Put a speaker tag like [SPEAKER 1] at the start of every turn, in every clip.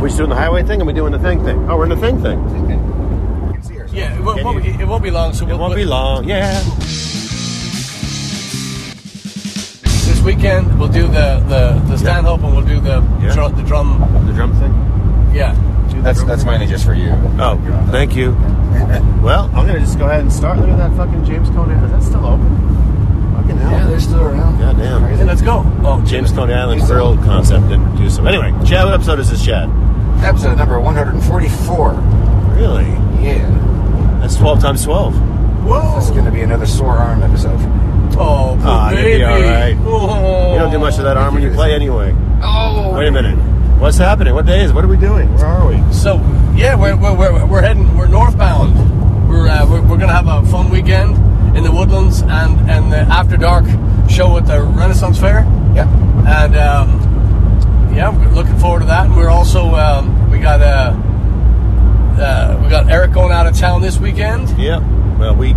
[SPEAKER 1] We just doing the highway thing, or we doing the thing thing? Oh, we're in the thing thing. It
[SPEAKER 2] You can see ourselves.
[SPEAKER 3] Yeah, it won't,
[SPEAKER 1] Can
[SPEAKER 3] won't be,
[SPEAKER 1] you-
[SPEAKER 3] it won't be long. So we'll,
[SPEAKER 1] won't be
[SPEAKER 3] we'll-
[SPEAKER 1] long. Yeah.
[SPEAKER 3] this weekend. We'll do the the, the Stanhope, and we'll do the
[SPEAKER 1] Yeah.
[SPEAKER 3] drum, the drum.
[SPEAKER 1] The drum thing.
[SPEAKER 3] Yeah, Do the
[SPEAKER 2] That's
[SPEAKER 3] drum.
[SPEAKER 2] that's mainly just for you.
[SPEAKER 1] Oh, thank you. well, I'm gonna just go ahead and start. Look at that fucking James Cone Island. Is that still open? Fucking hell.
[SPEAKER 2] Yeah, they're still around.
[SPEAKER 1] God damn.
[SPEAKER 3] Then let's go. Oh,
[SPEAKER 1] James Cone Island grill concept didn't do so. Anyway, Chad, what episode is this, Chad?
[SPEAKER 2] Episode number 144.
[SPEAKER 1] Really?
[SPEAKER 2] Yeah.
[SPEAKER 1] That's 12 times 12.
[SPEAKER 2] This is
[SPEAKER 3] whoa!
[SPEAKER 2] going to be another sore arm episode for me.
[SPEAKER 3] Oh,
[SPEAKER 1] Ah, you'll be
[SPEAKER 3] baby!
[SPEAKER 1] alright.
[SPEAKER 3] Oh.
[SPEAKER 1] You don't do much of that arm when you play anyway.
[SPEAKER 2] Oh!
[SPEAKER 1] Wait a minute. What's happening? What day is? it? What are we doing? Where are we?
[SPEAKER 3] So yeah, we're, we're, we're, we're heading we're northbound. We're, uh, we're we're gonna have a fun weekend in the woodlands and and the after dark show at the Renaissance Fair.
[SPEAKER 2] Yeah.
[SPEAKER 3] And um, yeah, we're looking forward to that. And we're also um, we got uh, uh, we got Eric going out of town this weekend.
[SPEAKER 1] Yep. Well, week.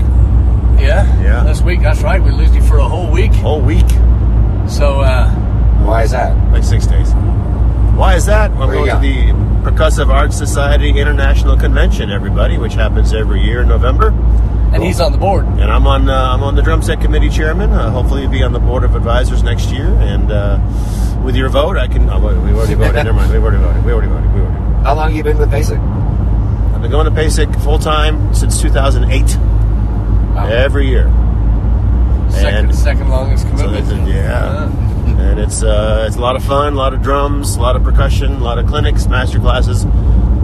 [SPEAKER 3] Yeah,
[SPEAKER 1] Yeah.
[SPEAKER 3] This week, that's right. We lose you for a whole week.
[SPEAKER 1] Whole week.
[SPEAKER 3] So uh,
[SPEAKER 2] Why is that?
[SPEAKER 1] Like six days. Why is that? Well,
[SPEAKER 2] Where
[SPEAKER 1] I'm
[SPEAKER 2] you
[SPEAKER 1] going to the Percussive Arts Society International Convention, everybody, which happens every year in November.
[SPEAKER 3] and he's on the board.
[SPEAKER 1] And I'm on uh, I'm on the drum set committee chairman. Uh, hopefully, be on the board of advisors next year. And uh, with your vote, I can. Oh, wait, we already voted. Never mind. We already voted. We already voted. We already. Voted.
[SPEAKER 2] How long you been with Basic?
[SPEAKER 1] I've been going to PASIC full time since 2008. Every year.
[SPEAKER 3] Second,
[SPEAKER 1] And-
[SPEAKER 3] second longest
[SPEAKER 1] So
[SPEAKER 3] commitment.
[SPEAKER 1] that's a, yeah, and it's uh, it's a lot of fun, a lot of drums, a lot of percussion, a lot of clinics, master classes.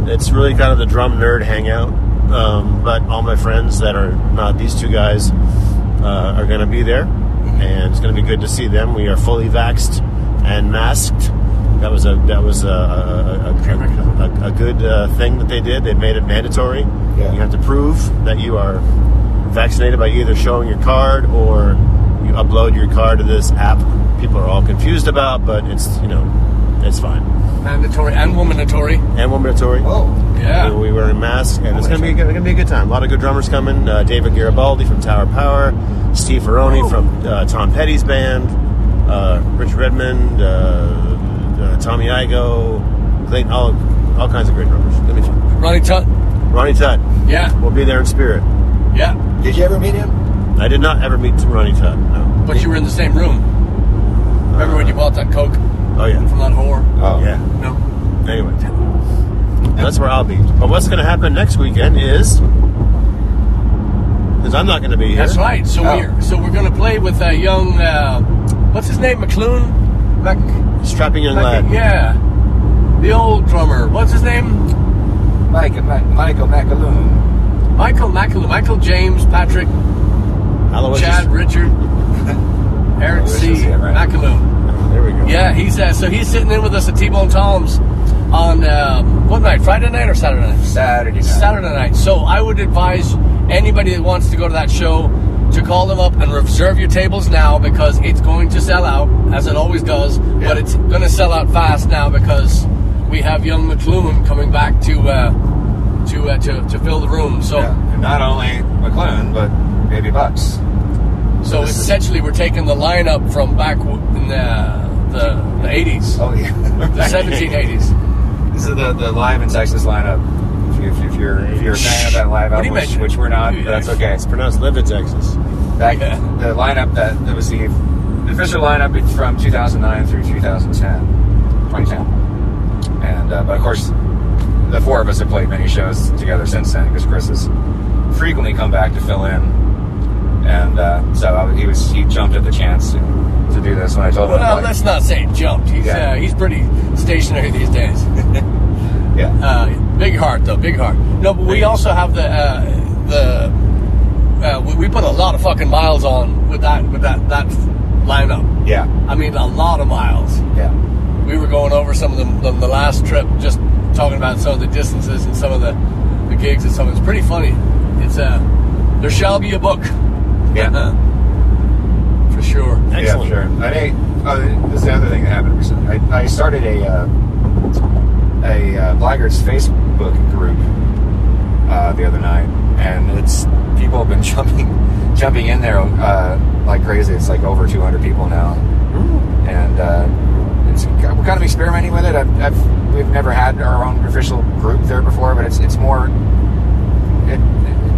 [SPEAKER 1] It's really kind of the drum nerd hangout. Um, but all my friends that are not these two guys uh, are going to be there, and it's going to be good to see them. We are fully vaxxed and masked. That was a that was a, a, a, a, a good uh, thing that they did. They made it mandatory.
[SPEAKER 2] Yeah.
[SPEAKER 1] You have to prove that you are vaccinated by either showing your card or you upload your card to this app. People are all confused about, but it's you know, it's fine.
[SPEAKER 3] Uh, mandatory and womanatory.
[SPEAKER 1] And we're mandatory.
[SPEAKER 2] Oh.
[SPEAKER 3] Yeah.
[SPEAKER 1] We wear a mask, and it's gonna be a good, gonna be a good time. A lot of good drummers coming. Uh, David Garibaldi from Tower Power, Steve Ferroni from uh, Tom Petty's band, uh, Rich Redmond, uh, uh, Tommy Igo, Clayton, all all kinds of great drummers. Gonna be fun.
[SPEAKER 3] Ronnie Tut.
[SPEAKER 1] Ronnie Tutt
[SPEAKER 3] Yeah.
[SPEAKER 1] will be there in spirit.
[SPEAKER 3] Yeah.
[SPEAKER 2] Did you ever meet him?
[SPEAKER 1] I did not ever meet Ronnie Tutt. No.
[SPEAKER 3] But you were in the same room. Remember when you bought that Coke from
[SPEAKER 1] Oh yeah.
[SPEAKER 3] that whore?
[SPEAKER 2] Oh.
[SPEAKER 1] Yeah.
[SPEAKER 3] No.
[SPEAKER 1] Anyway, that's where I'll be. But what's going to happen next weekend is because I'm not going to be here.
[SPEAKER 3] That's right. So
[SPEAKER 2] Oh.
[SPEAKER 3] we're so we're gonna play with a young uh, what's his name? McClune? Mac,
[SPEAKER 1] Strapping young
[SPEAKER 3] Mac-
[SPEAKER 1] lad.
[SPEAKER 3] yeah. The old drummer. What's his name?
[SPEAKER 2] Mike, Mike, Michael McAloon.
[SPEAKER 3] Michael McClune. Michael James Patrick
[SPEAKER 1] Aloysius-
[SPEAKER 3] Chad Richard Eric C.
[SPEAKER 2] Aloysius, yeah, right.
[SPEAKER 3] McAloon.
[SPEAKER 1] There we go.
[SPEAKER 3] Yeah, he's uh, so he's sitting in with us at T-Bone Tom's on um, what night? Friday night or Saturday night?
[SPEAKER 2] Saturday night.
[SPEAKER 3] Saturday night. So I would advise anybody that wants to go to that show to call them up and reserve your tables now because it's going to sell out as it always does. But it's going to sell out fast now because we have young McLuhan coming back to uh, to, uh, to to fill the room. So
[SPEAKER 2] Yeah. And not only McLoon, but maybe Bucks.
[SPEAKER 3] so
[SPEAKER 2] this is-
[SPEAKER 3] essentially we're taking the lineup from back w- in the the, the 80s,
[SPEAKER 2] Oh, yeah.
[SPEAKER 3] the 1780s.
[SPEAKER 2] This is the, the live in Texas lineup. If, you, if, you're, if you're a fan of that live
[SPEAKER 3] What
[SPEAKER 2] album,
[SPEAKER 3] do you
[SPEAKER 2] which,
[SPEAKER 3] mean?
[SPEAKER 2] which we're not, but that's okay.
[SPEAKER 1] It's pronounced Livid Texas.
[SPEAKER 2] Back,
[SPEAKER 3] Yeah.
[SPEAKER 2] The lineup that, that was the, the official lineup is from 2009 through 2010. 2010. And, uh, but of course, the four of us have played many shows together since then because Chris has frequently come back to fill in. And uh, so I, he was he jumped at the chance to, to do this when I told him. I'm
[SPEAKER 3] Well,
[SPEAKER 2] like,
[SPEAKER 3] let's not say jumped. He's
[SPEAKER 2] Yeah.
[SPEAKER 3] uh, he's pretty stationary these days.
[SPEAKER 2] yeah.
[SPEAKER 3] Uh, big heart though, big heart. No, but we also have the uh, the uh, we, we put a lot of fucking miles on with that with that that lineup.
[SPEAKER 2] Yeah.
[SPEAKER 3] I mean, a lot of miles.
[SPEAKER 2] Yeah.
[SPEAKER 3] We were going over some of them the, the last trip, just talking about some of the distances and some of the, the gigs and some. It's pretty funny. It's uh, there shall be a book
[SPEAKER 2] Yeah.
[SPEAKER 3] Uh, for sure.
[SPEAKER 1] Excellent.
[SPEAKER 2] Yeah, sure. I think oh, this is the other thing that happened recently. I, I started a uh, a uh, Blackguards Facebook group uh, the other night, and it's people have been jumping jumping in there uh, like crazy. It's like over 200 people now, and uh, it's it's we're kind of experimenting with it. I've, I've we've never had our own official group there before, but it's it's more it,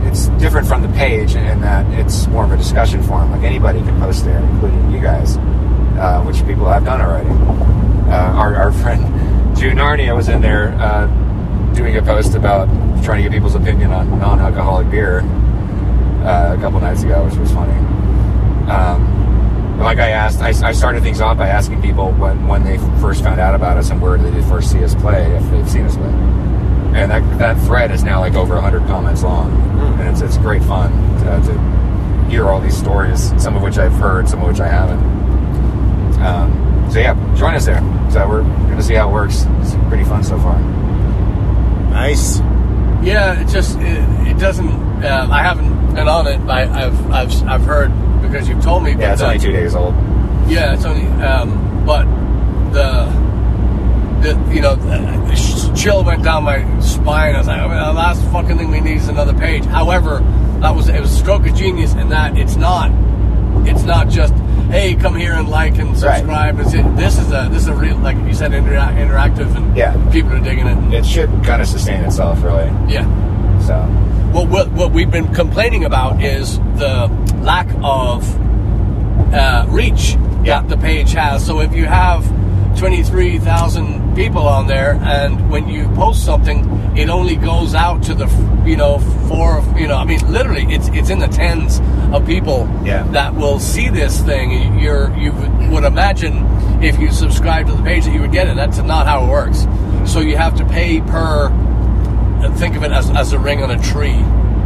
[SPEAKER 2] it's different from the page in that it's more of a discussion forum. Like anybody can post there, including you guys, uh, which people have done already. Uh, our, our friend June Narnia was in there uh, doing a post about trying to get people's opinion on non-alcoholic beer uh, a couple nights ago, which was funny. Um, like I asked, I, I started things off by asking people when, when they first found out about us and where did they first see us play, if they've seen us play and that, that thread is now like over 100 comments long and it's, it's great fun to, to hear all these stories some of which i've heard some of which i haven't um, so yeah join us there so we're gonna see how it works it's pretty fun so far
[SPEAKER 1] Nice.
[SPEAKER 3] Yeah, it just it, it doesn't. Uh, I haven't been on it. but I, I've I've I've heard because you've told me. uh,
[SPEAKER 2] yeah it's only two days old
[SPEAKER 3] Yeah, it's only. Um, but the. The, you know, the sh- chill went down my spine. I was like, I mean, the last fucking thing we need is another page. However, that was it was a stroke of genius in that it's not, it's not just hey, come here and like and
[SPEAKER 2] Right.
[SPEAKER 3] subscribe. It's it, this is a this is a real like you said intera- interactive and
[SPEAKER 2] Yeah.
[SPEAKER 3] people are digging it.
[SPEAKER 2] it should kind of sustain itself really
[SPEAKER 3] Yeah.
[SPEAKER 2] so
[SPEAKER 3] what, what, what we've been complaining about is the lack of uh, reach
[SPEAKER 2] Yeah.
[SPEAKER 3] that the page has. So if you have 23,000 people on there, and when you post something, it only goes out to the f- you know four of- you know I mean literally it's it's in the tens of people
[SPEAKER 2] Yeah.
[SPEAKER 3] that will see this thing. You're you would- would imagine if you subscribe to the page that you would get it. That's not how it works. So you have to pay per and think of it as, as a ring on a tree.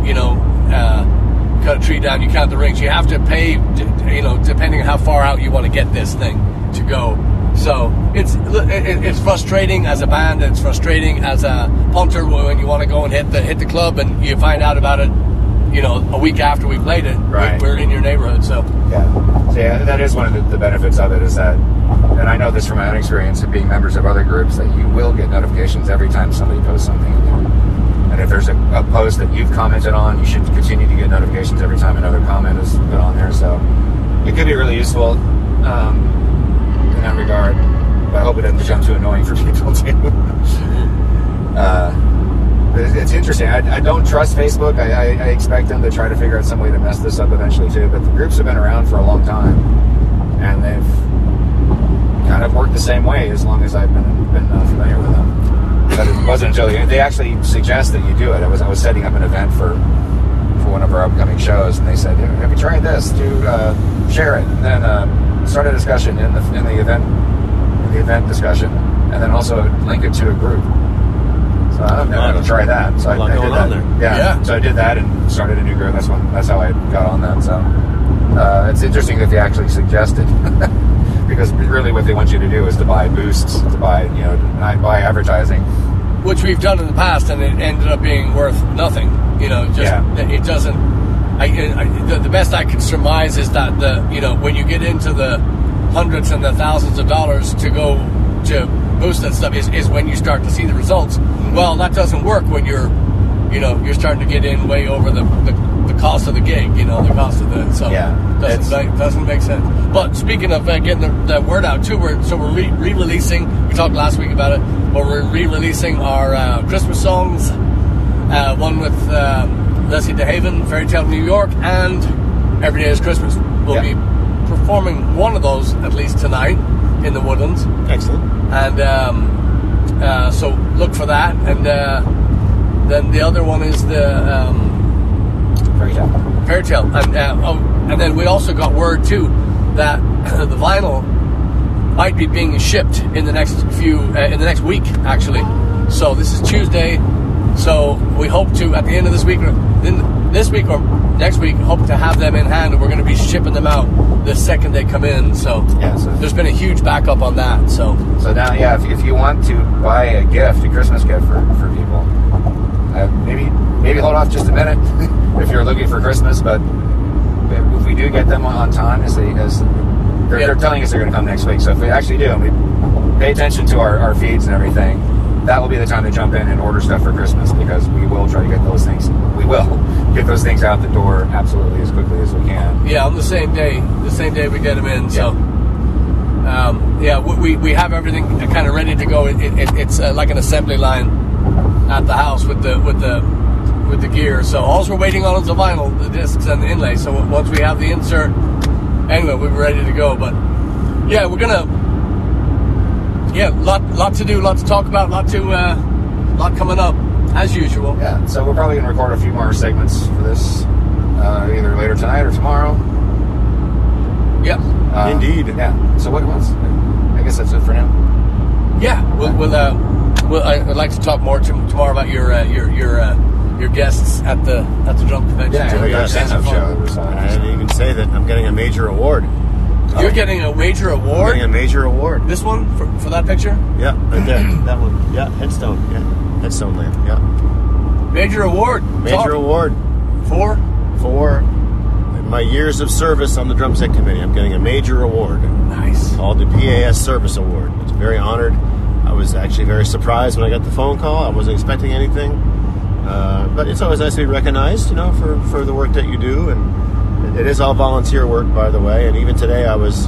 [SPEAKER 3] You know, uh, cut a tree down, you count the rings. You have to pay, d- you know, depending on how far out you want to get this thing to go. So it's it- it- it's frustrating as a band. It's frustrating as a punter when you want to go and hit the hit the club and you find out about it. You know, a week after we played it,
[SPEAKER 2] Right.
[SPEAKER 3] we're in your neighborhood. So
[SPEAKER 2] yeah so yeah that is one of the, the benefits of it is that and i know this from my own experience of being members of other groups that you will get notifications every time somebody posts something in there And if there's a, a post that you've commented on, you should continue to get notifications every time another comment is put on there. So it could be really useful um, in that regard. But I hope it doesn't become too annoying for people too. uh, but it's, it's interesting. I, I don't trust Facebook. I, I, I expect them to try to figure out some way to mess this up eventually too. But the groups have been around for a long time, and they've kind of worked the same way as long as I've been been uh, familiar with them but it wasn't until they they actually suggest that you do it. I was I was setting up an event for for one of our upcoming shows, and they said, "Have you tried this? Do uh, share it, and then uh, start a discussion in the in the event in the event discussion, and then also link it to a group." So I don't know how to try that. So I,
[SPEAKER 1] A lot
[SPEAKER 2] I did
[SPEAKER 1] going on
[SPEAKER 2] that.
[SPEAKER 1] there.
[SPEAKER 2] Yeah.
[SPEAKER 3] Yeah.
[SPEAKER 2] So I did that and started a new group. That's one. That's how I got on that. So uh, it's interesting that they actually suggested. Because really, what they want you to do is to buy boosts, to buy you know, to buy advertising,
[SPEAKER 3] which we've done in the past, and it ended up being worth nothing. You know, just
[SPEAKER 2] Yeah.
[SPEAKER 3] that it doesn't. I, I the, the best I can surmise is that the you know when you get into the hundreds and the thousands of dollars to go to boost that stuff is, is when you start to see the results. Well, that doesn't work when you're you know you're starting to get in way over the, the, the cost of the gig. You know, the cost of the so
[SPEAKER 2] Yeah, it's-
[SPEAKER 3] doesn't make, doesn't make sense. But speaking of uh, getting the, the word out too, we're, so we're re- re-releasing. We talked last week about it, but we're re-releasing our uh, Christmas songs. Uh, one with um, Leslie DeHaven, Fairy Tale of New York, and Every Day Is Christmas. We'll
[SPEAKER 2] Yeah.
[SPEAKER 3] be performing one of those at least tonight in the Woodlands
[SPEAKER 1] Excellent.
[SPEAKER 3] and um, uh, so look for that. And uh, then the other one is the um,
[SPEAKER 2] Very good.
[SPEAKER 3] Fairy Tale, and uh, oh, and then we also got word too that the vinyl might be being shipped in the next few uh, in the next week actually. So this is Tuesday, so we hope to at the end of this week or then this week or next week hope to have them in hand, and we're going to be shipping them out the second they come in. So
[SPEAKER 2] Yeah, so-
[SPEAKER 3] there's been a huge backup on that. So.
[SPEAKER 2] So now, yeah, if, if you want to buy a gift, a Christmas gift for, for people, uh, maybe maybe hold off just a minute if you're looking for Christmas. But if we do get them on time, as they as they're,
[SPEAKER 3] Yeah.
[SPEAKER 2] they're telling us they're going to come next week, so if we actually do, and we pay attention to our, our feeds and everything, that will be the time to jump in and order stuff for Christmas because we will try to get those things. We will get those things out the door absolutely as quickly as we can.
[SPEAKER 3] Yeah, on the same day, the same day we get them in. So, Um, yeah, we, we, we have everything kind of ready to go. It, it, it's uh, like an assembly line at the house with the with the with the gear. So all we're waiting on is the vinyl, the discs, and the inlay. So once we have the insert, anyway, we're ready to go. But yeah, we're gonna yeah, lot lot to do, lot to talk about, lot to uh, lot coming up as usual.
[SPEAKER 2] Yeah, so we're probably gonna record a few more segments for this, uh, either later tonight or tomorrow.
[SPEAKER 3] Yeah.
[SPEAKER 2] Uh,
[SPEAKER 1] Indeed.
[SPEAKER 2] Yeah. So what was? I guess that's it for now.
[SPEAKER 3] Yeah, we'll. we'll, uh, we'll I, I'd like to talk more to, tomorrow about your uh, your your uh, your guests at the at the drum convention.
[SPEAKER 2] Yeah,
[SPEAKER 3] too.
[SPEAKER 2] we got a
[SPEAKER 1] stand-up
[SPEAKER 2] stand-up
[SPEAKER 3] That's
[SPEAKER 2] show.
[SPEAKER 3] fun.
[SPEAKER 2] That was,
[SPEAKER 1] I
[SPEAKER 2] uh,
[SPEAKER 1] didn't even say that I'm getting a major award.
[SPEAKER 3] You're getting a wager
[SPEAKER 1] I'm
[SPEAKER 3] award.
[SPEAKER 1] getting a major award.
[SPEAKER 3] this one for, for that picture.
[SPEAKER 1] Yeah, right there. that one. Yeah, headstone. Yeah, headstone land. Yeah,
[SPEAKER 3] Major award.
[SPEAKER 1] major
[SPEAKER 3] Talk
[SPEAKER 1] award
[SPEAKER 3] for.
[SPEAKER 1] for my years of service on the drum set committee. I'm getting a major award
[SPEAKER 3] Nice.
[SPEAKER 1] called the PAS Service Award. It's very honored. I was actually very surprised when I got the phone call. I wasn't expecting anything, uh, but it's always nice to be recognized, you know, for for the work that you do. And it- it is all volunteer work, by the way. And even today, I was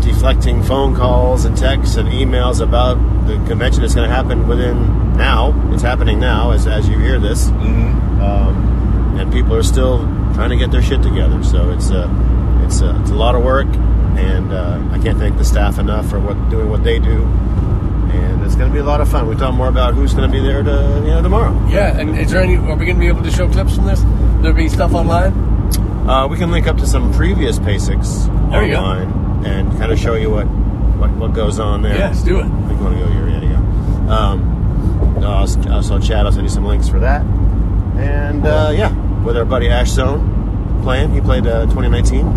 [SPEAKER 1] deflecting phone calls and texts and emails about the convention that's going to happen within now. It's happening now as, as you hear this. Um, and people are still trying to get their shit together. So it's a, it's a, it's a lot of work. And uh, I can't thank the staff enough for what doing what they do. And it's going to be a lot of fun. We talk more about who's going to be there to, you know, tomorrow.
[SPEAKER 3] Yeah, and is there any? Are we going to be able to show clips from this? There be stuff online.
[SPEAKER 1] Uh, we can link up to some previous PASICs
[SPEAKER 3] There you go.
[SPEAKER 1] online and kind of show you what, what, what goes on there.
[SPEAKER 3] Yes, do it.
[SPEAKER 1] I think you want to go here. Yeah, you go. Um, I'll, I'll, so Chad, I'll send you some links for that. And uh, yeah, with our buddy Ash Zone playing. He played uh, 2019,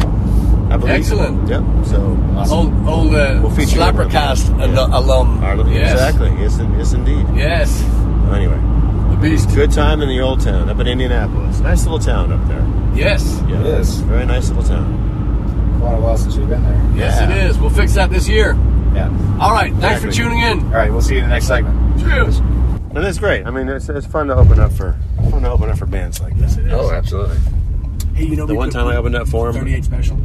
[SPEAKER 1] I believe.
[SPEAKER 3] Excellent.
[SPEAKER 1] Yep. So
[SPEAKER 2] Oh,
[SPEAKER 3] Old old uh,
[SPEAKER 1] We'll feature them.
[SPEAKER 3] Slappercast
[SPEAKER 1] Yeah.
[SPEAKER 3] al- alum.
[SPEAKER 1] Our little-
[SPEAKER 3] yes.
[SPEAKER 1] Exactly. Yes, in- yes, indeed.
[SPEAKER 3] Yes.
[SPEAKER 1] Anyway,
[SPEAKER 3] The beast.
[SPEAKER 1] good time in the old town up in Indianapolis. Nice little town up there.
[SPEAKER 3] Yes.
[SPEAKER 1] Yeah,
[SPEAKER 2] It is.
[SPEAKER 1] Very nice little town.
[SPEAKER 2] A lot of while since we've been there.
[SPEAKER 3] Yes,
[SPEAKER 1] Yeah.
[SPEAKER 3] it is. We'll fix that this year.
[SPEAKER 2] Yeah.
[SPEAKER 3] All right. Thanks for
[SPEAKER 1] Exactly.
[SPEAKER 3] tuning in.
[SPEAKER 2] All right. We'll see you in the next segment.
[SPEAKER 3] Cheers.
[SPEAKER 1] But it's great. I mean, it's, it's fun to open up for fun to open up for bands like this. It is.
[SPEAKER 2] Oh, absolutely.
[SPEAKER 3] Hey, you know
[SPEAKER 1] Oh, The
[SPEAKER 3] we
[SPEAKER 1] one
[SPEAKER 3] could
[SPEAKER 1] time
[SPEAKER 3] do
[SPEAKER 1] I opened up for him,
[SPEAKER 3] 38 special.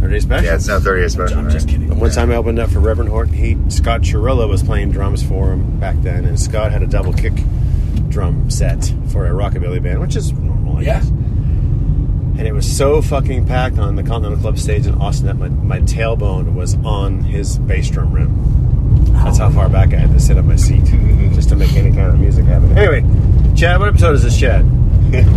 [SPEAKER 1] 30 special.
[SPEAKER 2] Yeah, it's not 30 special.
[SPEAKER 3] I'm just
[SPEAKER 2] right?
[SPEAKER 3] kidding.
[SPEAKER 1] And One time I opened up for Reverend Horton Heat. Scott Chirilla was playing drums for him back then, and Scott had a double kick drum set for a rockabilly band, which is normal, I
[SPEAKER 3] Oh, Yeah.
[SPEAKER 1] guess. And it was so fucking packed on the Continental Club stage in Austin that my, my tailbone was on his bass drum rim. That's how far back I had to sit on my seat just to make any kind of music happen. Anyway, Chad, what episode is this, Chad?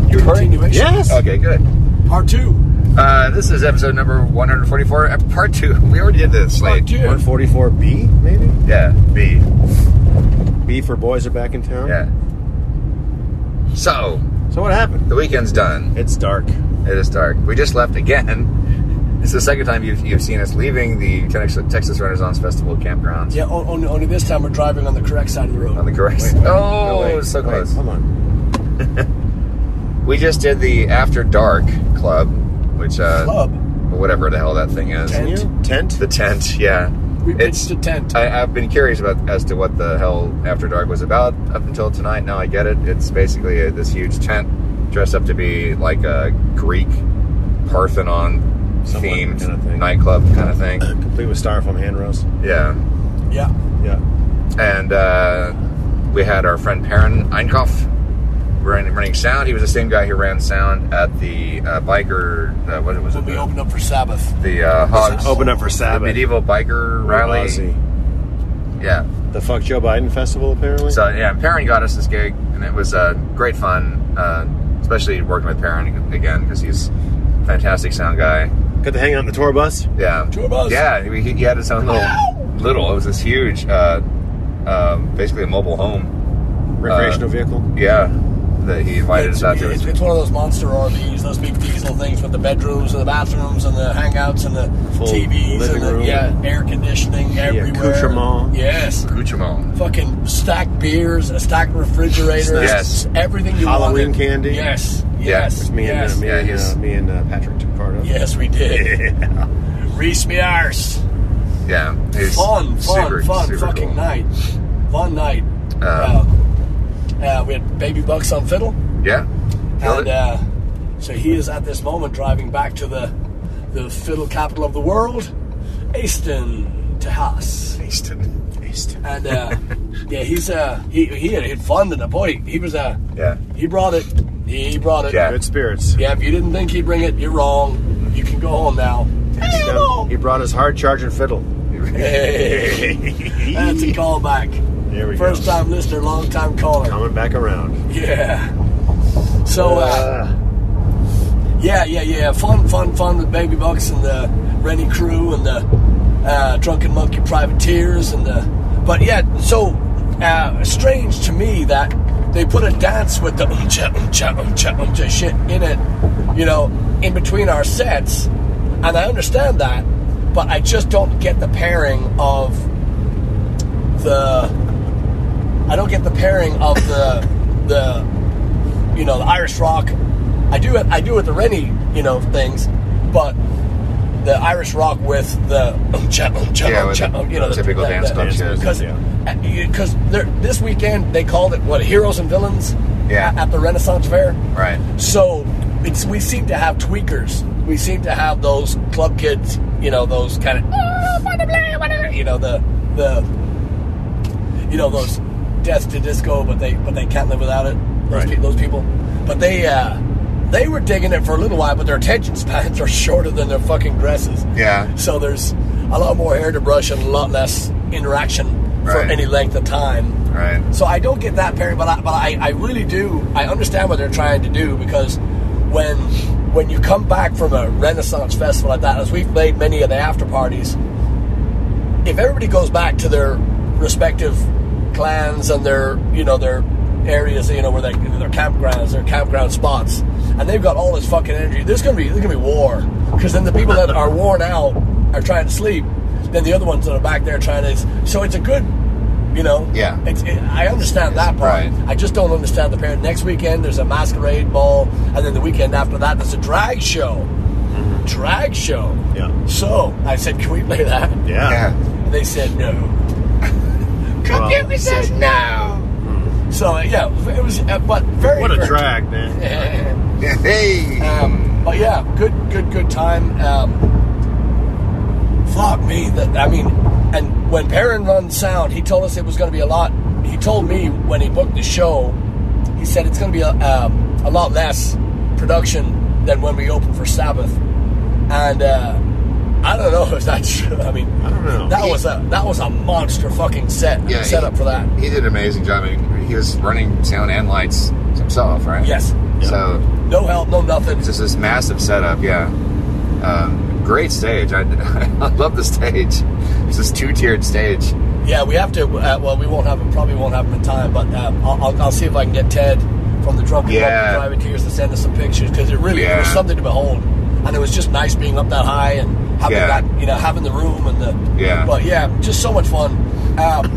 [SPEAKER 3] Your continuation.
[SPEAKER 1] Yes.
[SPEAKER 2] Okay, good.
[SPEAKER 3] Part two.
[SPEAKER 2] Uh, this is episode number 144, uh, part two. We already did this.
[SPEAKER 3] Part
[SPEAKER 2] Like,
[SPEAKER 3] two.
[SPEAKER 1] 144B, maybe.
[SPEAKER 2] yeah, B.
[SPEAKER 1] B for boys are back in town.
[SPEAKER 2] Yeah. So,
[SPEAKER 1] So what happened?
[SPEAKER 2] the weekend's done.
[SPEAKER 1] It's dark.
[SPEAKER 2] It is dark. We just left again. It's the second time you've, you've seen us leaving the Texas Texas Renaissance Festival campgrounds.
[SPEAKER 3] Yeah, o- only, only this time we're driving on the correct side of the road.
[SPEAKER 2] On the correct.
[SPEAKER 1] Wait, wait,
[SPEAKER 2] oh,
[SPEAKER 1] no, wait,
[SPEAKER 2] so
[SPEAKER 1] wait,
[SPEAKER 2] close.
[SPEAKER 1] Hold on.
[SPEAKER 2] We just did the After Dark Club, which uh,
[SPEAKER 3] club.
[SPEAKER 2] whatever the hell that thing is.
[SPEAKER 3] Tent.
[SPEAKER 1] You? Tent?
[SPEAKER 2] The tent, yeah.
[SPEAKER 3] We
[SPEAKER 2] It's
[SPEAKER 3] pitched a tent.
[SPEAKER 2] I, I've been curious about as to what the hell After Dark was about up until tonight. Now I get it. It's basically a, this huge tent dressed up to be like a Greek Parthenon
[SPEAKER 1] Somewhat
[SPEAKER 2] themed
[SPEAKER 1] kind of thing.
[SPEAKER 2] nightclub kind of thing.
[SPEAKER 1] complete with styrofoam handrails.
[SPEAKER 2] Yeah,
[SPEAKER 3] yeah.
[SPEAKER 1] Yeah.
[SPEAKER 2] and uh, we had our friend Perrin Einkoff running, running sound. He was the same guy who ran sound at the uh, biker. Uh, what was
[SPEAKER 3] When
[SPEAKER 2] it?
[SPEAKER 3] we
[SPEAKER 2] The,
[SPEAKER 3] opened up for Sabbath.
[SPEAKER 2] the uh, Hogs.
[SPEAKER 1] Open up for
[SPEAKER 2] the
[SPEAKER 1] Sabbath.
[SPEAKER 2] medieval biker rally.
[SPEAKER 1] Ozzy.
[SPEAKER 2] Yeah.
[SPEAKER 1] The fuck Joe Biden festival apparently.
[SPEAKER 2] So yeah, Perrin got us this gig, and it was uh, great fun. Uh, especially working with Perrin again because he's a fantastic sound guy.
[SPEAKER 1] Got to hang out in the tour bus.
[SPEAKER 2] Yeah.
[SPEAKER 3] Tour bus.
[SPEAKER 2] Yeah, he, he had his own little little. It was this huge, uh, um, basically a mobile home.
[SPEAKER 1] Recreational vehicle.
[SPEAKER 2] Yeah, that he invited
[SPEAKER 3] It's,
[SPEAKER 2] us out to.
[SPEAKER 3] it's- it's one of those monster RVs, those big diesel things with the bedrooms and the bathrooms and the hangouts and the
[SPEAKER 1] Full
[SPEAKER 3] TVs
[SPEAKER 1] living
[SPEAKER 3] and the
[SPEAKER 1] room.
[SPEAKER 3] yeah, air conditioning everywhere.
[SPEAKER 1] accoutrement.
[SPEAKER 3] Yes.
[SPEAKER 2] Accoutrement.
[SPEAKER 3] Fucking stacked beers, a stacked refrigerator,
[SPEAKER 2] Yes.
[SPEAKER 3] everything you
[SPEAKER 1] Halloween
[SPEAKER 3] wanted.
[SPEAKER 1] candy.
[SPEAKER 3] Yes.
[SPEAKER 2] Yeah,
[SPEAKER 3] Yes.
[SPEAKER 2] it's
[SPEAKER 1] Me and
[SPEAKER 3] yes.
[SPEAKER 1] uh, me,
[SPEAKER 2] Yeah,
[SPEAKER 1] and,
[SPEAKER 2] he's-
[SPEAKER 1] uh, me and uh, Patrick took part of.
[SPEAKER 3] Yes, we did. Reese me arse.
[SPEAKER 2] Yeah, he's
[SPEAKER 3] Fun, fun,
[SPEAKER 2] super,
[SPEAKER 3] fun,
[SPEAKER 2] super
[SPEAKER 3] fucking
[SPEAKER 2] cool.
[SPEAKER 3] night. Fun night. Uh, uh, we had Baby Bucks on fiddle,
[SPEAKER 2] Yeah, Killed
[SPEAKER 3] and
[SPEAKER 2] it.
[SPEAKER 3] uh, so he is at this moment driving back to the the fiddle capital of the world, Aston Tejas.
[SPEAKER 1] Easton. Easton.
[SPEAKER 3] And uh, yeah, he's uh he he had, had fun in the boy. He was uh
[SPEAKER 2] Yeah.
[SPEAKER 3] he brought it. He brought it.
[SPEAKER 2] Yeah.
[SPEAKER 1] Good spirits.
[SPEAKER 3] Yeah, if you didn't think he'd bring it, you're wrong. You can go home now.
[SPEAKER 1] He done- He brought his hard charging fiddle.
[SPEAKER 3] Hey, that's a callback.
[SPEAKER 1] There we
[SPEAKER 3] First
[SPEAKER 1] go.
[SPEAKER 3] time listener, long time caller.
[SPEAKER 1] Coming back around.
[SPEAKER 3] Yeah. So uh, yeah, yeah, yeah. Fun, fun, fun with Baby Bucks and the Rennie Crew and the uh, Drunken Monkey Privateers and the. But yeah, so uh, strange to me that they put a dance with the umcha umcha umcha umcha shit in it, you know, in between our sets, and I understand that, but I just don't get the pairing of the. I don't get the pairing of the the you know the Irish rock. I do it. I do it the Rennie, you know, things, but the Irish rock with the um, cha, um, cha,
[SPEAKER 2] Yeah,
[SPEAKER 3] um,
[SPEAKER 2] with
[SPEAKER 3] cha,
[SPEAKER 2] the
[SPEAKER 3] um, you know,
[SPEAKER 2] typical dance club
[SPEAKER 1] shit.
[SPEAKER 3] Because
[SPEAKER 1] Yeah.
[SPEAKER 3] because uh, this weekend they called it what heroes and villains.
[SPEAKER 2] Yeah.
[SPEAKER 3] At the Renaissance Fair.
[SPEAKER 2] Right.
[SPEAKER 3] So it's we seem to have tweakers. We seem to have those club kids. You know those kind of you know the the you know those death to disco, but they but they can't live without it. Those,
[SPEAKER 1] Right.
[SPEAKER 3] pe- those people, but they uh, they were digging it for a little while, but their attention spans are shorter than their fucking dresses.
[SPEAKER 2] Yeah.
[SPEAKER 3] So there's a lot more hair to brush and a lot less interaction for
[SPEAKER 2] Right.
[SPEAKER 3] any length of time.
[SPEAKER 2] Right.
[SPEAKER 3] So I don't get that pairing, but I, but I, I really do. I understand what they're trying to do because when when you come back from a Renaissance festival like that, as we've played many of the after parties, if everybody goes back to their respective clans and their you know their areas you know where they their campgrounds their campground spots and they've got all this fucking energy there's gonna be there's gonna be war because then the people that are worn out are trying to sleep then the other ones that are back there trying to so it's a good you know
[SPEAKER 2] Yeah.
[SPEAKER 3] it's it, I understand that part
[SPEAKER 2] Right.
[SPEAKER 3] I just don't understand the parent next weekend there's a masquerade ball and then the weekend after that there's a drag show
[SPEAKER 2] Mm-hmm.
[SPEAKER 3] drag show
[SPEAKER 1] Yeah.
[SPEAKER 3] so I said can we play that
[SPEAKER 1] Yeah.
[SPEAKER 2] Yeah.
[SPEAKER 3] and they said no.
[SPEAKER 1] Computer
[SPEAKER 3] says no. So uh, yeah, it was, uh, but very.
[SPEAKER 1] What a
[SPEAKER 3] very-
[SPEAKER 1] drag, man.
[SPEAKER 2] Hey.
[SPEAKER 3] um, but yeah, good, good, good time. Um, fuck me, that I mean, and when Perrin runs sound, he told us it was going to be a lot. He told me when he booked the show, he said it's going to be a, um, a lot less production than when we opened for Sabbath, and uh, I don't know if that's true. I mean,
[SPEAKER 1] I don't know.
[SPEAKER 3] that was a that was a monster fucking set
[SPEAKER 2] Yeah,
[SPEAKER 3] set up for that.
[SPEAKER 2] He did an amazing job. I mean, he was running sound and lights himself, right?
[SPEAKER 3] Yes.
[SPEAKER 2] So
[SPEAKER 3] No help, no nothing.
[SPEAKER 2] it's just this massive setup. Yeah. Um, great stage. I, I love the stage. It's this two-tiered stage.
[SPEAKER 3] Yeah, we have to. Uh, well, we won't have him. Probably won't have him in time. But um, I'll, I'll, I'll see if I can get Ted from the Drunken
[SPEAKER 2] Yeah.
[SPEAKER 3] Drunken Privateers to send us some pictures because it really it was
[SPEAKER 2] Yeah.
[SPEAKER 3] something to behold, and it was just nice being up that high and having
[SPEAKER 2] Yeah.
[SPEAKER 3] that you know having the room and the
[SPEAKER 2] Yeah.
[SPEAKER 3] But yeah, just so much fun. Um,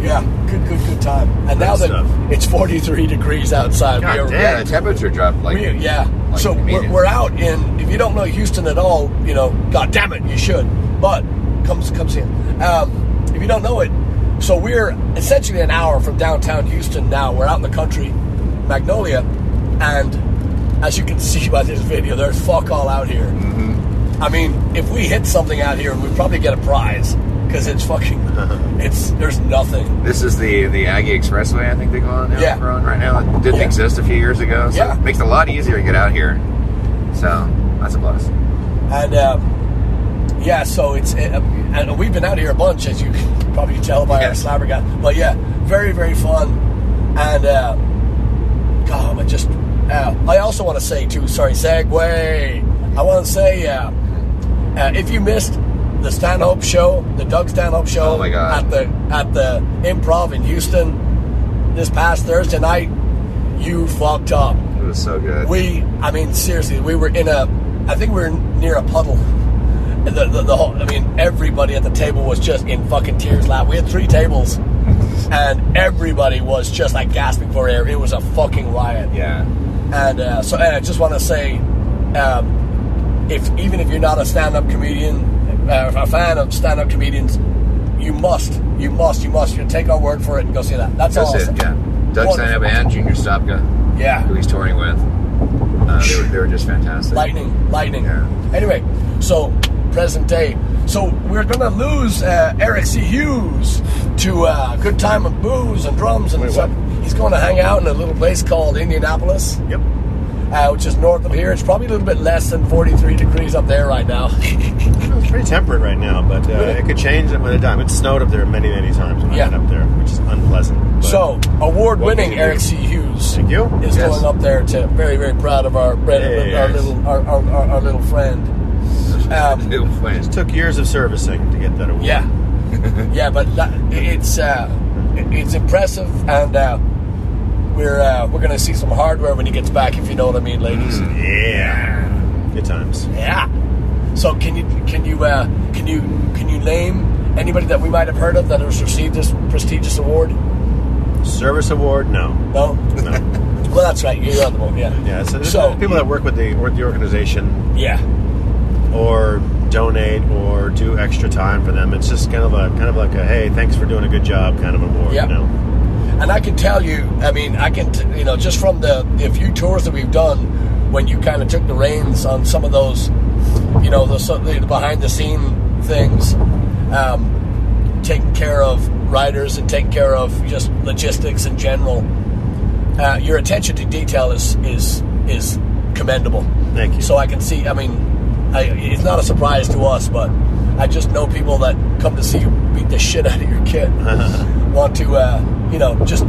[SPEAKER 3] yeah, good, good, good time. And now that
[SPEAKER 1] stuff.
[SPEAKER 3] it's 43 degrees outside,
[SPEAKER 1] God
[SPEAKER 3] we are
[SPEAKER 1] damn.
[SPEAKER 2] Yeah. The temperature dropped like.
[SPEAKER 3] we, yeah.
[SPEAKER 2] like
[SPEAKER 3] so we're,
[SPEAKER 2] immediate.
[SPEAKER 3] we're out in. If you don't know Houston at all, you know, God damn it, you should. But comes comes in. Um, if you don't know it, so we're essentially an hour from downtown Houston now. We're out in the country, Magnolia, and as you can see by this video, there's fuck all out here. I mean, if we hit something out here, we probably get a prize because it's fucking. It's there's nothing.
[SPEAKER 2] This is the the Aggie Expressway, I think they call it now.
[SPEAKER 3] Yeah.
[SPEAKER 2] We're on right now. It didn't
[SPEAKER 3] Yeah.
[SPEAKER 2] exist a few years ago. So
[SPEAKER 3] Yeah.
[SPEAKER 2] It makes it a lot easier to get out here. So that's a plus.
[SPEAKER 3] And um, yeah, so it's it, uh, and we've been out here a bunch, as you can probably tell by
[SPEAKER 2] Yes.
[SPEAKER 3] our slabbergat. But yeah, very very fun. And uh, God, I just uh, I also want to say too. Sorry, segue. I want to say uh, uh, if you missed the Stanhope show, the Doug Stanhope show
[SPEAKER 2] Oh, my God.
[SPEAKER 3] at the at the Improv in Houston this past Thursday night, you fucked up.
[SPEAKER 2] It was so good.
[SPEAKER 3] We, I mean, seriously, we were in a, I think we were near a puddle. And The, the, the whole, I mean, everybody at the table was just in fucking tears. Loud. We had three tables, and everybody was just like gasping for air. It was a fucking riot.
[SPEAKER 2] yeah.
[SPEAKER 3] And uh, so, and I just want to say, um, if even if you're not a stand-up comedian, uh, a fan of stand-up comedians, you must, you must, you must. You take our word for it and go see that. That's,
[SPEAKER 2] That's
[SPEAKER 3] awesome.
[SPEAKER 2] it. Yeah. Doug
[SPEAKER 3] Wonderful.
[SPEAKER 2] Stanhope and Junior Stopka,
[SPEAKER 3] Yeah.
[SPEAKER 2] who he's touring with. Uh, they, were, they were just fantastic.
[SPEAKER 3] Lightning, lightning.
[SPEAKER 2] Yeah.
[SPEAKER 3] Anyway, so present day. So we're gonna lose uh, Eric C. Hughes to uh, Good Time and Booze and Drums and
[SPEAKER 1] Wait,
[SPEAKER 3] stuff. He's going to hang out in a little place called Indianapolis,
[SPEAKER 1] Yep.
[SPEAKER 3] uh, which is north of here. It's probably a little bit less than 43 degrees up there right now.
[SPEAKER 1] It's pretty temperate right now, but uh, it could change at any time. It snowed up there many, many times when
[SPEAKER 3] Yeah.
[SPEAKER 1] I went up there, which is unpleasant. but-
[SPEAKER 3] so
[SPEAKER 1] What can
[SPEAKER 3] award-winning
[SPEAKER 1] you
[SPEAKER 3] Eric
[SPEAKER 1] do?
[SPEAKER 3] C. Hughes
[SPEAKER 1] thank you.
[SPEAKER 3] is
[SPEAKER 1] Yes.
[SPEAKER 3] going up there to very very proud of our bread,
[SPEAKER 1] Yeah, yeah,
[SPEAKER 3] our
[SPEAKER 1] yeah.
[SPEAKER 3] little our, our, our, our little friend. Um,
[SPEAKER 2] New plan.
[SPEAKER 1] Took years of servicing to get that award.
[SPEAKER 3] Yeah, yeah, but that, it's uh, it's impressive, and uh, we're uh, we're gonna see some hardware when he gets back, if you know what I mean, ladies.
[SPEAKER 1] Mm. Yeah. Good times.
[SPEAKER 3] Yeah. So can you can you uh, can you can you name anybody that we might have heard of that has received this prestigious award?
[SPEAKER 1] Service award? No.
[SPEAKER 3] No.
[SPEAKER 1] No.
[SPEAKER 3] Well, that's right. You're on the boat. Yeah.
[SPEAKER 1] Yeah. So,
[SPEAKER 3] So-
[SPEAKER 1] people that work with the or the organization
[SPEAKER 3] Yeah.
[SPEAKER 1] or donate or do extra time for them. It's just kind of a kind of like a hey, thanks for doing a good job kind of award.
[SPEAKER 3] Yep.
[SPEAKER 1] You know?
[SPEAKER 3] And I can tell you, I mean, I can, t- you know, just from the, the few tours that we've done, when you kind of took the reins on some of those, you know, the, so- the behind the scene things, um, taking care of riders and taking care of just logistics in general, uh, your attention to detail is is is commendable.
[SPEAKER 1] Thank you.
[SPEAKER 3] So I can see. I mean, I, it's not a surprise to us, but I just know people that come to see you beat the shit out of your kid want to, uh, you know, just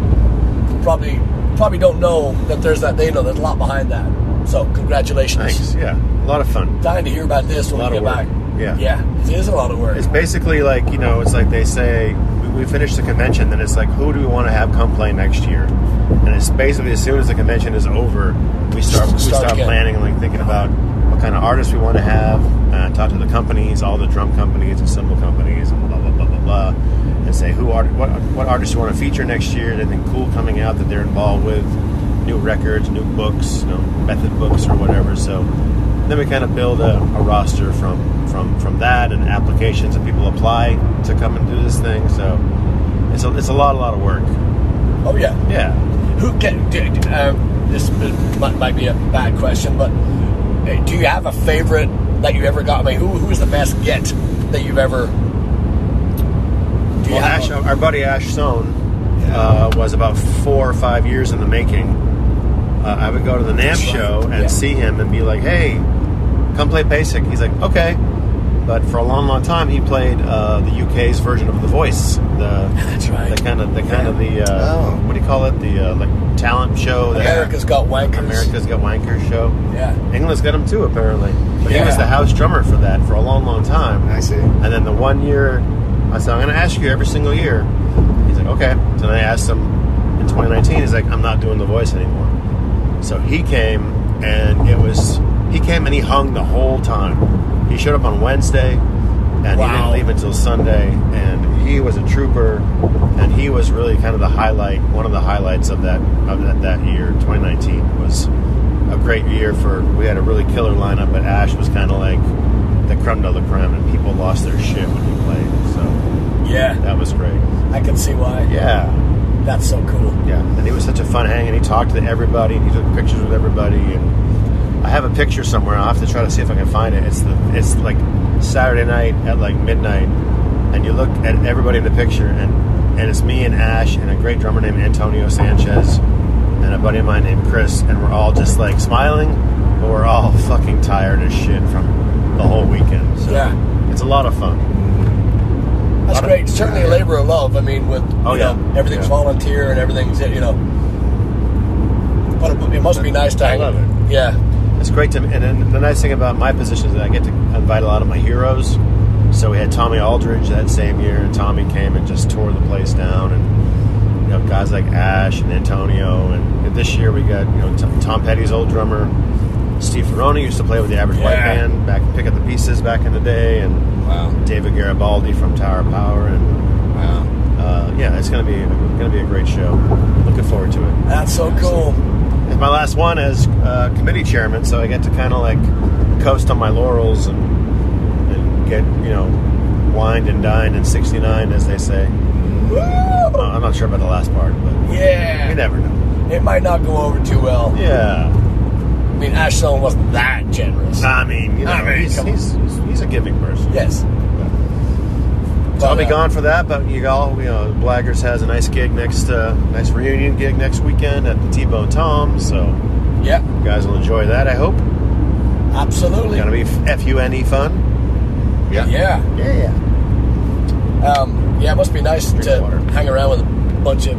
[SPEAKER 3] probably probably don't know that there's that. They know there's a lot behind that. So congratulations.
[SPEAKER 1] Thanks. Yeah. A lot of fun.
[SPEAKER 3] Dying to hear about this when
[SPEAKER 1] A lot
[SPEAKER 3] we
[SPEAKER 1] of
[SPEAKER 3] get
[SPEAKER 1] work.
[SPEAKER 3] back.
[SPEAKER 1] Yeah.
[SPEAKER 3] yeah, it is a lot of work.
[SPEAKER 1] It's basically like you know, it's like they say we, we finish the convention, then it's like who do we want to have come play next year? And it's basically as soon as the convention is over, we start we
[SPEAKER 3] Start
[SPEAKER 1] start
[SPEAKER 3] again.
[SPEAKER 1] planning and like thinking about what kind of artists we want to have. Uh, talk to the companies, all the drum companies and cymbal companies, and blah blah blah blah blah, and say who art what what artists you want to feature next year. Anything cool coming out that they're involved with, new records, new books, you know, method books or whatever. So then we kind of build a, a roster from, from from that and applications and people apply to come and do this thing. So it's a, it's a lot a lot of work.
[SPEAKER 3] oh yeah.
[SPEAKER 1] Yeah.
[SPEAKER 3] Who can? Do, do- um, this might, might be a bad question, but uh, do you have a favorite that you ever got? I mean, who who is the best get that you've ever? Do you
[SPEAKER 1] Well,
[SPEAKER 3] have
[SPEAKER 1] Ash,
[SPEAKER 3] a-
[SPEAKER 1] our buddy Ash Sohn uh, was about four or five years in the making. Uh, I would go to the NAM
[SPEAKER 3] That's right.
[SPEAKER 1] show and
[SPEAKER 3] Yeah.
[SPEAKER 1] see him and be like, "Hey, come play basic." He's like, "Okay." But for a long, long time, he played uh, the UK's version of The Voice, the
[SPEAKER 3] that's right.
[SPEAKER 1] the kind of the kind of the
[SPEAKER 2] Oh.
[SPEAKER 1] uh, what do you call it? The uh, like talent show. that-
[SPEAKER 3] America's got wankers.
[SPEAKER 1] America's Got Wankers show.
[SPEAKER 3] Yeah.
[SPEAKER 1] England's got him too, apparently. But he was
[SPEAKER 3] Yeah.
[SPEAKER 1] the house drummer for that for a long, long time.
[SPEAKER 2] I see.
[SPEAKER 1] And then the one year, I said, I'm going to ask you every single year. He's like, okay. So then I asked him in 2019, he's like, I'm not doing the voice anymore. So he came, and it was, he came and he hung the whole time. He showed up on Wednesday, and he didn't
[SPEAKER 3] Wow.
[SPEAKER 1] leave until Sunday, and he was a trooper, and he was really kind of the highlight, one of the highlights of that, of that, that year, 2019 was a great year for we had a really killer lineup, but Ash was kind of like the creme de la creme, and people lost their shit when he played. So
[SPEAKER 3] Yeah.
[SPEAKER 1] that was great.
[SPEAKER 3] I can see why.
[SPEAKER 1] Yeah,
[SPEAKER 3] That's so cool.
[SPEAKER 1] yeah. And he was such a fun hang, and he talked to everybody, and he took pictures with everybody. And I have a picture somewhere. I'll have to try to see if I can find it. It's the it's like Saturday night at like midnight, and you look at everybody in the picture, and and it's me and Ash and a great drummer named Antonio Sanchez. And a buddy of mine named Chris, and we're all just like smiling, but we're all fucking tired as shit from the whole weekend. So
[SPEAKER 3] Yeah.
[SPEAKER 1] it's a lot of fun.
[SPEAKER 3] That's
[SPEAKER 1] Lot of-
[SPEAKER 3] great. Certainly a labor of love. I mean, with
[SPEAKER 1] Oh,
[SPEAKER 3] you
[SPEAKER 1] yeah.
[SPEAKER 3] know, everything's
[SPEAKER 1] Yeah.
[SPEAKER 3] volunteer and everything's you know. But it, it must be nice to
[SPEAKER 1] I
[SPEAKER 3] hang.
[SPEAKER 1] love it.
[SPEAKER 3] Yeah.
[SPEAKER 1] It's great to, and then the nice thing about my position is that I get to invite a lot of my heroes. So we had Tommy Aldridge that same year, and Tommy came and just tore the place down, and you know guys like Ash and Antonio, and, and this year we got you know Tom, Tom Petty's old drummer, Steve Ferroni used to play with the Average White
[SPEAKER 3] Yeah.
[SPEAKER 1] Band back, pick up the pieces back in the day, and
[SPEAKER 2] Wow.
[SPEAKER 1] David Garibaldi from Tower of Power, and
[SPEAKER 2] Wow.
[SPEAKER 1] uh, yeah, it's gonna be gonna be a great show. Looking forward to it.
[SPEAKER 3] That's so cool.
[SPEAKER 1] It's my last one as uh, committee chairman, so I get to kind of like coast on my laurels and, and get you know wined and dined in '69, as they say.
[SPEAKER 3] Woo!
[SPEAKER 1] Uh, I'm not sure about the last part, but
[SPEAKER 3] Yeah.
[SPEAKER 1] you never know.
[SPEAKER 3] It might not go over too well.
[SPEAKER 1] Yeah,
[SPEAKER 3] I mean, Ashstone wasn't that generous.
[SPEAKER 1] I mean, you know,
[SPEAKER 3] I mean,
[SPEAKER 1] he's,
[SPEAKER 3] come on.
[SPEAKER 1] he's, he's a giving person.
[SPEAKER 3] Yes.
[SPEAKER 1] So I'll be
[SPEAKER 3] uh,
[SPEAKER 1] gone for that, but you all, you know, Blaggers has a nice gig next, uh, nice reunion gig next weekend at the T-Bone Tom. So
[SPEAKER 3] Yeah,
[SPEAKER 1] you guys will enjoy that. I hope.
[SPEAKER 3] absolutely.
[SPEAKER 1] Gonna be f u n e fun.
[SPEAKER 2] Yeah.
[SPEAKER 3] Yeah,
[SPEAKER 1] Yeah, yeah.
[SPEAKER 3] um, yeah. It must be nice
[SPEAKER 1] Drink
[SPEAKER 3] to
[SPEAKER 1] water.
[SPEAKER 3] hang around with a bunch of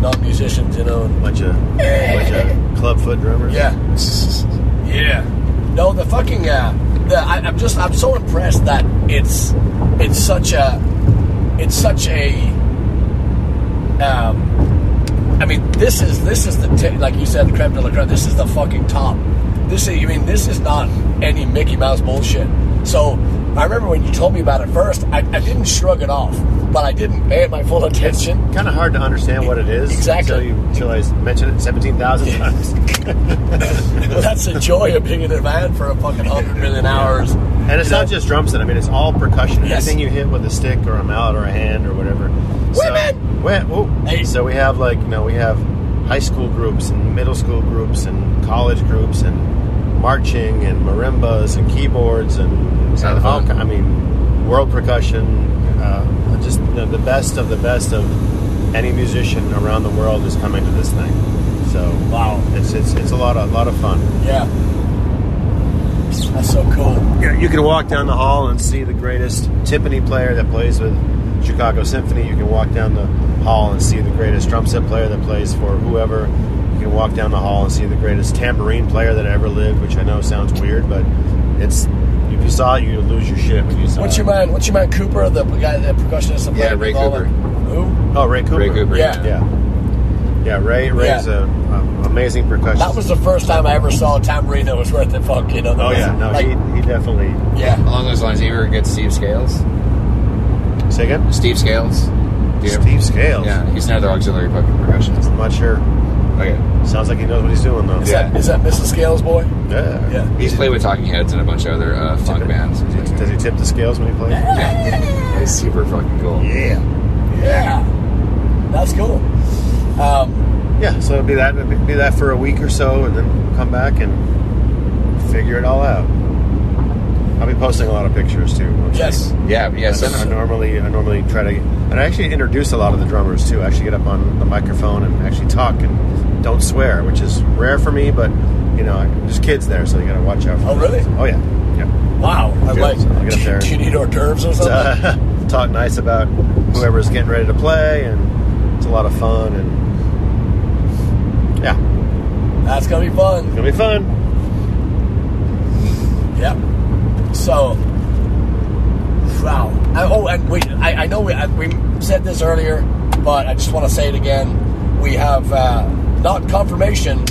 [SPEAKER 3] non-musicians, you know. and-
[SPEAKER 1] Bunch of bunch of clubfoot drummers.
[SPEAKER 3] Yeah, yeah. No, the fucking. Uh, the, I, I'm just. I'm so impressed that it's. It's such a. It's such a. Um, I mean, this is this is the t- like you said, creme de la creme. This is the fucking top. This is, you mean this is not any Mickey Mouse bullshit. So I remember when you told me about it first, I, I didn't shrug it off, but I didn't pay it my full attention.
[SPEAKER 1] Kind of hard to understand what it is
[SPEAKER 3] Exactly.
[SPEAKER 1] until you until I mention it seventeen thousand times.
[SPEAKER 3] That's the joy of being in a van for a fucking hundred million hours.
[SPEAKER 1] And it's
[SPEAKER 3] You
[SPEAKER 1] not
[SPEAKER 3] know?
[SPEAKER 1] just drum set. I mean, it's all percussion.
[SPEAKER 3] Yes.
[SPEAKER 1] Anything you hit with a stick or a mallet or a hand or whatever.
[SPEAKER 3] Women!
[SPEAKER 1] So, Wait, whoa.
[SPEAKER 3] Hey.
[SPEAKER 1] so we have like you know we have high school groups and middle school groups and college groups and marching and marimbas and keyboards and
[SPEAKER 2] Sounds
[SPEAKER 1] all
[SPEAKER 2] fun.
[SPEAKER 1] ki- I mean, world percussion. Uh, just you know, the best of the best of any musician around the world is coming to this thing. So
[SPEAKER 3] Wow.
[SPEAKER 1] it's it's, it's a lot of, lot of fun.
[SPEAKER 3] Yeah. That's so cool.
[SPEAKER 1] you, know, you can walk down the hall and see the greatest timpani player that plays with Chicago Symphony. You can walk down the hall and see the greatest drum set player that plays for whoever. You can walk down the hall and see the greatest tambourine player that ever lived, which I know sounds weird, but it's if you saw it, you'd lose your shit when you saw
[SPEAKER 3] What's
[SPEAKER 1] it.
[SPEAKER 3] your man? What's your man Cooper, the guy, the percussionist? that
[SPEAKER 2] Yeah,
[SPEAKER 3] played
[SPEAKER 2] Ray
[SPEAKER 3] with all
[SPEAKER 2] Cooper.
[SPEAKER 3] the- Who?
[SPEAKER 1] Oh, Ray Cooper.
[SPEAKER 2] Ray Cooper.
[SPEAKER 3] Yeah.
[SPEAKER 1] Yeah. Yeah, Ray Ray's
[SPEAKER 3] Yeah.
[SPEAKER 1] a, a amazing percussionist.
[SPEAKER 3] That was the first time I ever saw a tambourine that was worth the fuck. You know? that
[SPEAKER 1] Oh
[SPEAKER 3] was-
[SPEAKER 1] yeah, no,
[SPEAKER 3] like-
[SPEAKER 1] he, he definitely.
[SPEAKER 3] yeah.
[SPEAKER 2] Along those lines, you ever get Steve Scales?
[SPEAKER 1] Say again?
[SPEAKER 2] Steve Scales. Do you ever-
[SPEAKER 1] Steve Scales.
[SPEAKER 2] Yeah, he's another auxiliary fucking percussionist.
[SPEAKER 1] I'm not sure.
[SPEAKER 2] Okay.
[SPEAKER 1] Sounds like he knows what he's doing though.
[SPEAKER 3] Is
[SPEAKER 2] Yeah.
[SPEAKER 3] that is that Mrs. Scales boy?
[SPEAKER 1] Yeah.
[SPEAKER 3] Yeah.
[SPEAKER 2] He's played with Talking Heads and a bunch of other uh, funk bands.
[SPEAKER 1] Does he, does he tip the scales when he plays?
[SPEAKER 2] Yeah. He's super fucking cool.
[SPEAKER 1] Yeah.
[SPEAKER 3] Yeah. That's cool. Um,
[SPEAKER 1] Yeah. So it'll be that it'll be that for a week or so, and then come back and figure it all out. I'll be posting a lot of pictures too. won't you?
[SPEAKER 3] yes.
[SPEAKER 2] Yeah, but yeah.
[SPEAKER 1] I, I
[SPEAKER 2] Send,
[SPEAKER 1] normally I normally try to, and I actually introduce a lot of the drummers too. I actually get up on the microphone and actually talk and don't swear, which is rare for me. But you know, I, there's kids there, so you got to watch out. for
[SPEAKER 3] Oh,
[SPEAKER 1] that.
[SPEAKER 3] really?
[SPEAKER 1] Oh yeah. Yeah.
[SPEAKER 3] Wow. I'm
[SPEAKER 1] Good.
[SPEAKER 3] like,
[SPEAKER 1] I'll get up there.
[SPEAKER 3] do you need hors d'oeuvres or something?
[SPEAKER 1] uh, talk nice about whoever's getting ready to play, and it's a lot of fun. And yeah,
[SPEAKER 3] That's gonna be fun.
[SPEAKER 1] it's gonna be fun.
[SPEAKER 3] Yep. So, wow. I, oh, and wait, I, I know we, I, we said this earlier, but I just want to say it again. We have uh, not confirmation,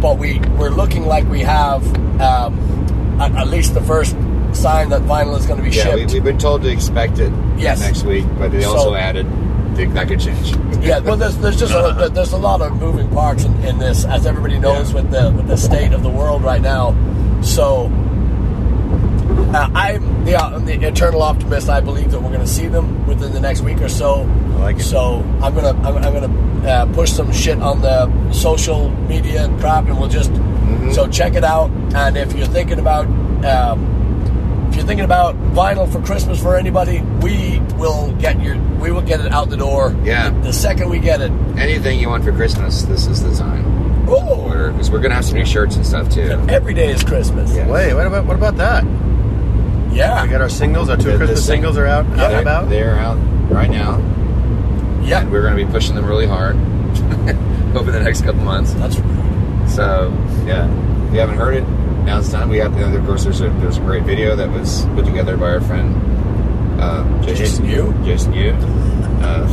[SPEAKER 3] but we, we're looking like we have um, at, at least the first sign that vinyl is going to be
[SPEAKER 2] yeah, we,
[SPEAKER 3] shipped.
[SPEAKER 2] we've been told to expect it
[SPEAKER 3] Yes.
[SPEAKER 2] next week, but they
[SPEAKER 3] So-
[SPEAKER 2] also added they- that could change.
[SPEAKER 3] yeah, well, there's, there's just a, there's a lot of moving parts in, in this, as everybody knows with the with the state of the world right now. So, uh, I'm yeah, I'm the eternal optimist. I believe that we're going to see them within the next week or so.
[SPEAKER 1] I like it.
[SPEAKER 3] So I'm gonna I'm, I'm gonna uh, push some shit on the social media and crap, and we'll just
[SPEAKER 1] Mm-hmm.
[SPEAKER 3] so check it out. And if you're thinking about um, if you're thinking about vinyl for Christmas for anybody, we will get your we will get it out the door.
[SPEAKER 2] Yeah.
[SPEAKER 3] The, the second we get it.
[SPEAKER 2] Anything you want for Christmas, this is the time.
[SPEAKER 3] Oh,
[SPEAKER 2] Because we're gonna have some new shirts and stuff too.
[SPEAKER 3] every day is Christmas.
[SPEAKER 2] Yeah.
[SPEAKER 1] Wait, what about what about that? We
[SPEAKER 3] Yeah.
[SPEAKER 1] got our singles. Our two
[SPEAKER 2] The- the
[SPEAKER 1] Christmas
[SPEAKER 2] sing-
[SPEAKER 1] singles are out, out and
[SPEAKER 2] they're,
[SPEAKER 1] about.
[SPEAKER 2] They're out right now, and
[SPEAKER 3] Yeah.
[SPEAKER 2] we're gonna be pushing them really hard over the next couple months.
[SPEAKER 3] That's
[SPEAKER 2] So yeah, if you haven't heard it, now it's time. We have the other. Of course, there's a there's a great video that was put together by our friend um,
[SPEAKER 3] Jason Yu.
[SPEAKER 2] Jason Yu. Uh,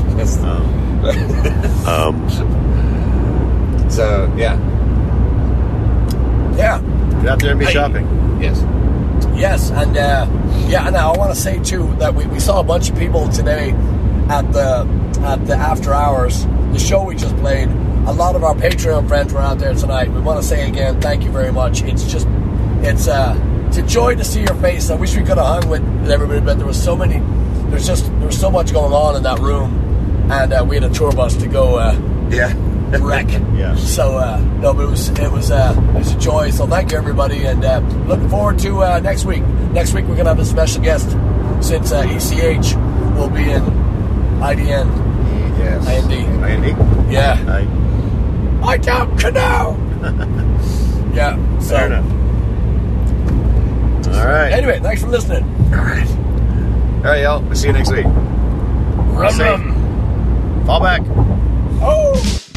[SPEAKER 1] Um, um,
[SPEAKER 2] so yeah,
[SPEAKER 3] Yeah.
[SPEAKER 1] get out there and be
[SPEAKER 3] Hey.
[SPEAKER 1] shopping.
[SPEAKER 2] yes,
[SPEAKER 3] Yes, and uh, yeah, and I want to say too that we, we saw a bunch of people today at the at the after hours, the show we just played. A lot of our Patreon friends were out there tonight. We want to say again, thank you very much. It's just it's uh it's a joy to see your face. I wish we could have hung with everybody, but there was so many. There's just there was so much going on in that room, and uh, we had a tour bus to go. Uh,
[SPEAKER 2] yeah.
[SPEAKER 3] wreck.
[SPEAKER 1] Yeah.
[SPEAKER 3] So uh, no, but it was it was uh, it was a joy. So thank you everybody, and uh, looking forward to uh, next week. Next week we're gonna have a special guest since uh, ECH will be in IDN.
[SPEAKER 2] Yes.
[SPEAKER 3] IND.
[SPEAKER 1] Andy.
[SPEAKER 3] Yeah.
[SPEAKER 1] I,
[SPEAKER 3] I don't know. yeah. So
[SPEAKER 1] fair enough. All right.
[SPEAKER 3] anyway, thanks for listening.
[SPEAKER 2] All right. All right, y'all. We'll see you next week.
[SPEAKER 3] Rum
[SPEAKER 1] Safe.
[SPEAKER 3] rum.
[SPEAKER 1] Fall back.
[SPEAKER 3] Oh.